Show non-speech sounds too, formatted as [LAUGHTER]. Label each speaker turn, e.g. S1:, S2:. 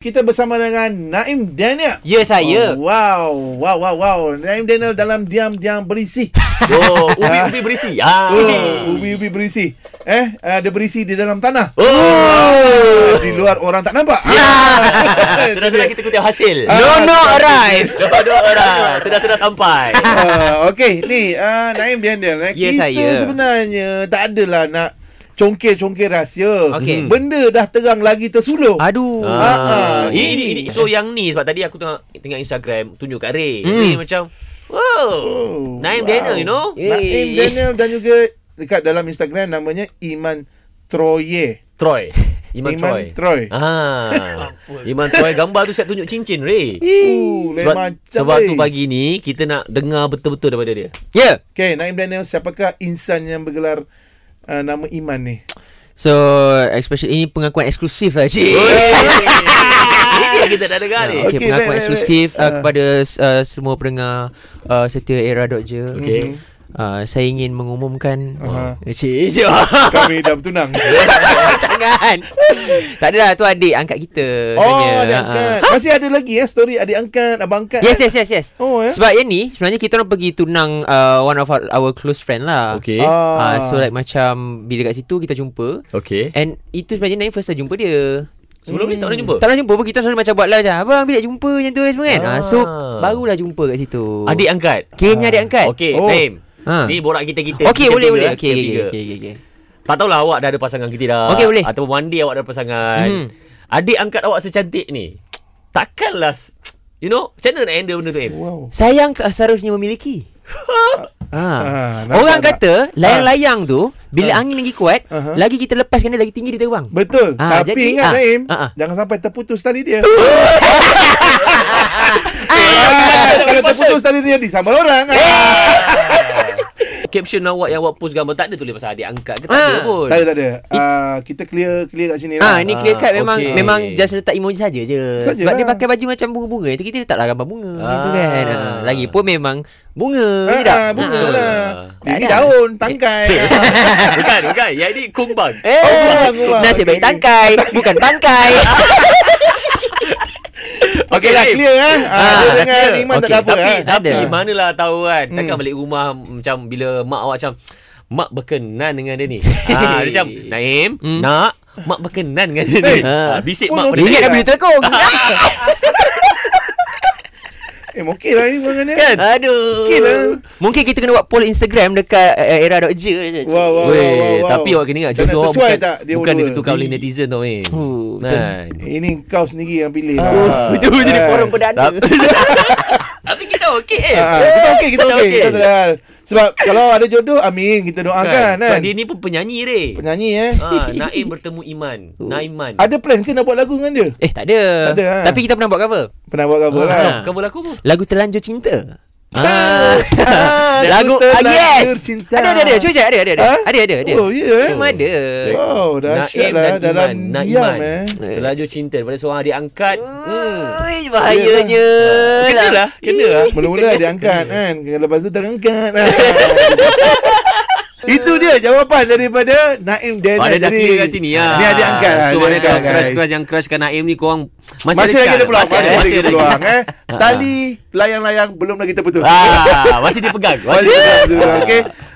S1: Kita bersama dengan Naim Daniel.
S2: Ya saya.
S1: Oh, wow, wow, wow, wow. Naim Daniel dalam diam-diam berisi.
S2: Oh, [LAUGHS] ubi-ubi berisi. Ah.
S1: Oh, ubi-ubi berisi. Eh, uh, dia berisi di dalam tanah. Ah,
S2: Oh.
S1: Di luar orang tak nampak.
S2: [LAUGHS] Ah. Ya. [LAUGHS] Sudah-sudah kita kutip hasil.
S1: Ah. No, no,
S2: [LAUGHS] arrive. Dua dua orang. Sudah-sudah sampai.
S1: Uh, okay, ni uh, Naim Daniel. Eh.
S3: Ya,
S1: kita
S3: saya.
S1: sebenarnya tak adalah nak congkir-congkir rahsia. Hmm.
S3: Okey.
S1: Benda dah terang lagi tersulur.
S3: Aduh.
S1: Ah.
S2: Ah.
S1: ini,
S2: Ini, ini, ini. So yang ni sebab tadi aku tengok tengok Instagram tunjuk kat Ray. Hmm. Ray macam
S1: Oh,
S2: Wow. Naim
S1: wow.
S2: Daniel you know.
S3: Eh.
S1: Naim Daniel dan juga dekat dalam Instagram namanya Iman Troye.
S2: Troy. Iman, Troy.
S1: Troy.
S2: Ah. Iman Troy gambar tu siap tunjuk cincin Ray.
S1: Uh, lain
S2: Sebab,
S1: macam,
S2: sebab
S1: eh.
S2: tu pagi ni kita nak dengar betul-betul daripada dia.
S3: Ya.
S1: Okay, Naim Daniel, siapakah insan yang bergelar uh, nama Iman
S3: [LAUGHS]
S1: ni?
S3: So especially ini pengakuan eksklusif lah cik.
S2: Ini dia kita nak dengar ni.
S3: Okay,
S1: Okey,
S3: okay, pengakuan
S1: baik, baik,
S3: eksklusif
S1: baik.
S3: uh,
S1: Ah.
S3: kepada uh, semua pendengar uh, setia era Dodger.
S2: Okey.
S1: Mhm.
S3: Uh, saya ingin mengumumkan
S1: Aha.
S3: uh-huh. Cik [LAUGHS] Cik
S1: Kami dah
S3: [LAUGHS]
S1: bertunang.
S3: Jangan Tak adalah tu adik angkat kita
S1: oh,
S3: sebenarnya.
S1: adik angkat.
S3: Ah.
S1: Masih ada lagi ya story adik angkat, abang angkat.
S3: Yes yes yes yes
S1: Oh, ya?
S3: Sebab yang ni Sebenarnya kita orang pergi tunang uh, One of our, our close friend lah
S2: Okay.
S1: Ah.
S3: uh, So like macam Bila kat situ kita jumpa
S2: Okay.
S3: And itu sebenarnya Naim first time jumpa dia
S2: Sebelum ni tak pernah jumpa?
S3: Hmm. Tak pernah jumpa pun kita selalu macam buat lah macam Abang bila nak jumpa macam tu semua kan ah.
S2: Ah.
S3: So barulah jumpa kat situ
S2: Adik angkat.
S3: Kiranya adik angkat
S2: Okey,
S1: Oh.
S2: oh. Naim.
S3: Ha.
S2: Ni borak kita-kita.
S3: Okey
S2: kita
S3: boleh
S2: tiga,
S3: boleh
S2: eh,
S3: Okey
S2: kita
S3: okey
S2: tiga.
S3: okey okey, okey
S2: Tak tahulah awak dah ada pasangan ke tidak.
S3: Okey, boleh.
S2: Ataupun one day awak dah ada pasangan.
S3: Hmm.
S2: Adik angkat awak secantik ni. Takkanlah s- You know, macam mana nak handle benda tu, Im?
S1: Wow.
S3: Sayang tak seharusnya [LAUGHS] memiliki
S1: Ah,
S3: ha.
S1: nampak
S3: Orang
S1: tak? Ah.
S3: kata Layang-layang tu Bila angin lagi kuat
S1: Aha.
S3: Lagi kita lepaskan dia Lagi tinggi dia terbang
S1: Betul.
S3: Ah,
S1: Tapi
S3: jadi,
S1: ingat
S3: ah,
S1: Naim,
S3: ah, ah.
S1: jangan sampai terputus tali
S3: [LAUGHS]
S1: dia. Ah, Kalau terputus tali dia disambar orang. Ah.
S2: [LAUGHS] Caption awak yang awak post gambar tak ada tulis pasal adik angkat ke tak
S3: Ah.
S2: ada
S3: [LAUGHS]
S2: pun.
S1: Tak ada tak ada. Ah, kita clear clear kat sini lah.
S3: Ah ha, ni clear cut
S2: Ah,
S3: memang
S2: okey.
S3: okay. memang just letak emoji saja je.
S1: Sajalah.
S3: Sebab dia pakai baju macam bunga-bunga. Itu kita letaklah gambar bunga
S2: Ah.
S3: gitu kan. Ha, lagi pun memang bunga
S1: Ah,
S3: tidak.
S1: ah, bunga
S2: Ah.
S1: lah.
S3: Tak
S1: Ini
S3: ada.
S1: daun, tangkai. Ah.
S2: bukan, bukan. Yang ni kumbang.
S3: Eh,
S1: bunga.
S3: nasib baik
S1: Okey,
S3: tangkai, [LAUGHS] bukan tangkai.
S1: Okey lah
S2: Naim.
S1: clear eh. Ah, dia
S3: Ah,
S1: dengan
S2: Clear.
S1: Iman tak
S2: Okey,
S1: ada apa.
S2: Tapi,
S1: eh.
S2: tapi
S3: Ada.
S2: manalah tahu kan.
S1: Hmm.
S2: Takkan balik rumah macam bila mak awak macam mak berkenan dengan
S1: [LAUGHS]
S2: dia ni. ha, dia macam Naim,
S3: Hmm.
S2: nak mak berkenan dengan dia ni.
S1: Eh,
S2: Ha, bisik mak
S1: puluh
S2: pada
S3: Dia ingat
S2: dia.
S3: dah beli [LAUGHS] tekong.
S1: Eh, okey lah Iman dengan dia.
S2: Kan?
S3: Aduh.
S1: Okey lah.
S3: Mungkin kita kena buat poll Instagram dekat eh, era.je.
S1: Wow, wow, wow,
S2: Weh,
S1: wow, wow.
S2: tapi awak kena ingat
S1: Tak nak
S2: jodoh awak
S1: sesuai
S2: bukan,
S1: tak dia
S2: bukan
S1: dua-dua?
S2: ditentukan oleh
S1: Di-
S2: netizen tau eh.
S3: Oh, betul. [LAUGHS]
S2: Kan.
S1: Ini kau sendiri yang pilih
S2: Ah.
S1: lah.
S2: [LAUGHS]
S3: Oh, itu jadi
S1: Eh.
S3: forum perdana.
S2: Tapi kita okey eh.
S1: Ah, kita okey, kita okey. Kita tak ada hal. Sebab kalau ada jodoh, amin. Kita doakan
S2: Sebab
S1: kan.
S2: dia ni pun penyanyi re.
S1: Penyanyi eh.
S2: Ha, Naim bertemu Iman. Naiman.
S1: Ada plan ke nak buat lagu dengan dia?
S3: [LAUGHS] Eh, tak
S1: Tak
S3: ada.
S1: ada, ha?
S3: Tapi kita pernah buat cover.
S1: Pernah buat cover lah.
S3: Ah.
S2: Cover lagu apa?
S3: Lagu Terlanjur Cinta. Ah.
S1: Ah, lagu
S3: lagu ah,
S1: Terlanjur
S3: yes.
S1: Cinta.
S3: Ada ada ada. Cuba cek ada ada ada.
S1: Ah?
S3: Ada ada ada.
S1: Oh, ya, eh?
S3: Memang ada.
S1: Wow, dahsyat
S2: Naim
S1: lah.
S2: dan
S1: Dalam
S2: Iman.
S1: diam
S2: Naiman.
S1: eh. Hmm.
S2: Terlanjur cinta daripada seorang adik angkat.
S3: Ui, bahayanya.
S2: Kena lah. Kena lah.
S1: Mula-mula dia angkat kan Lepas tu
S2: [LAUGHS]
S1: terangkat ah. Itu dia jawapan daripada Naim Daniel
S2: Oh, ada dah clear kat sini ya.
S1: Eh, Ni ada angkat lah,
S2: So
S1: dia
S2: ada
S1: angkat, guys.
S2: crush-crush yang crush kan Naim ni korang
S1: Masih, masih lagi
S2: dekat.
S1: ada peluang Masih,
S2: Masih,
S1: lagi ada peluang eh.
S2: Ah.
S1: Tali layang-layang belum lagi terputus
S2: Ah, masih dia pegang. Masih.
S1: Masih ada peluang, Okey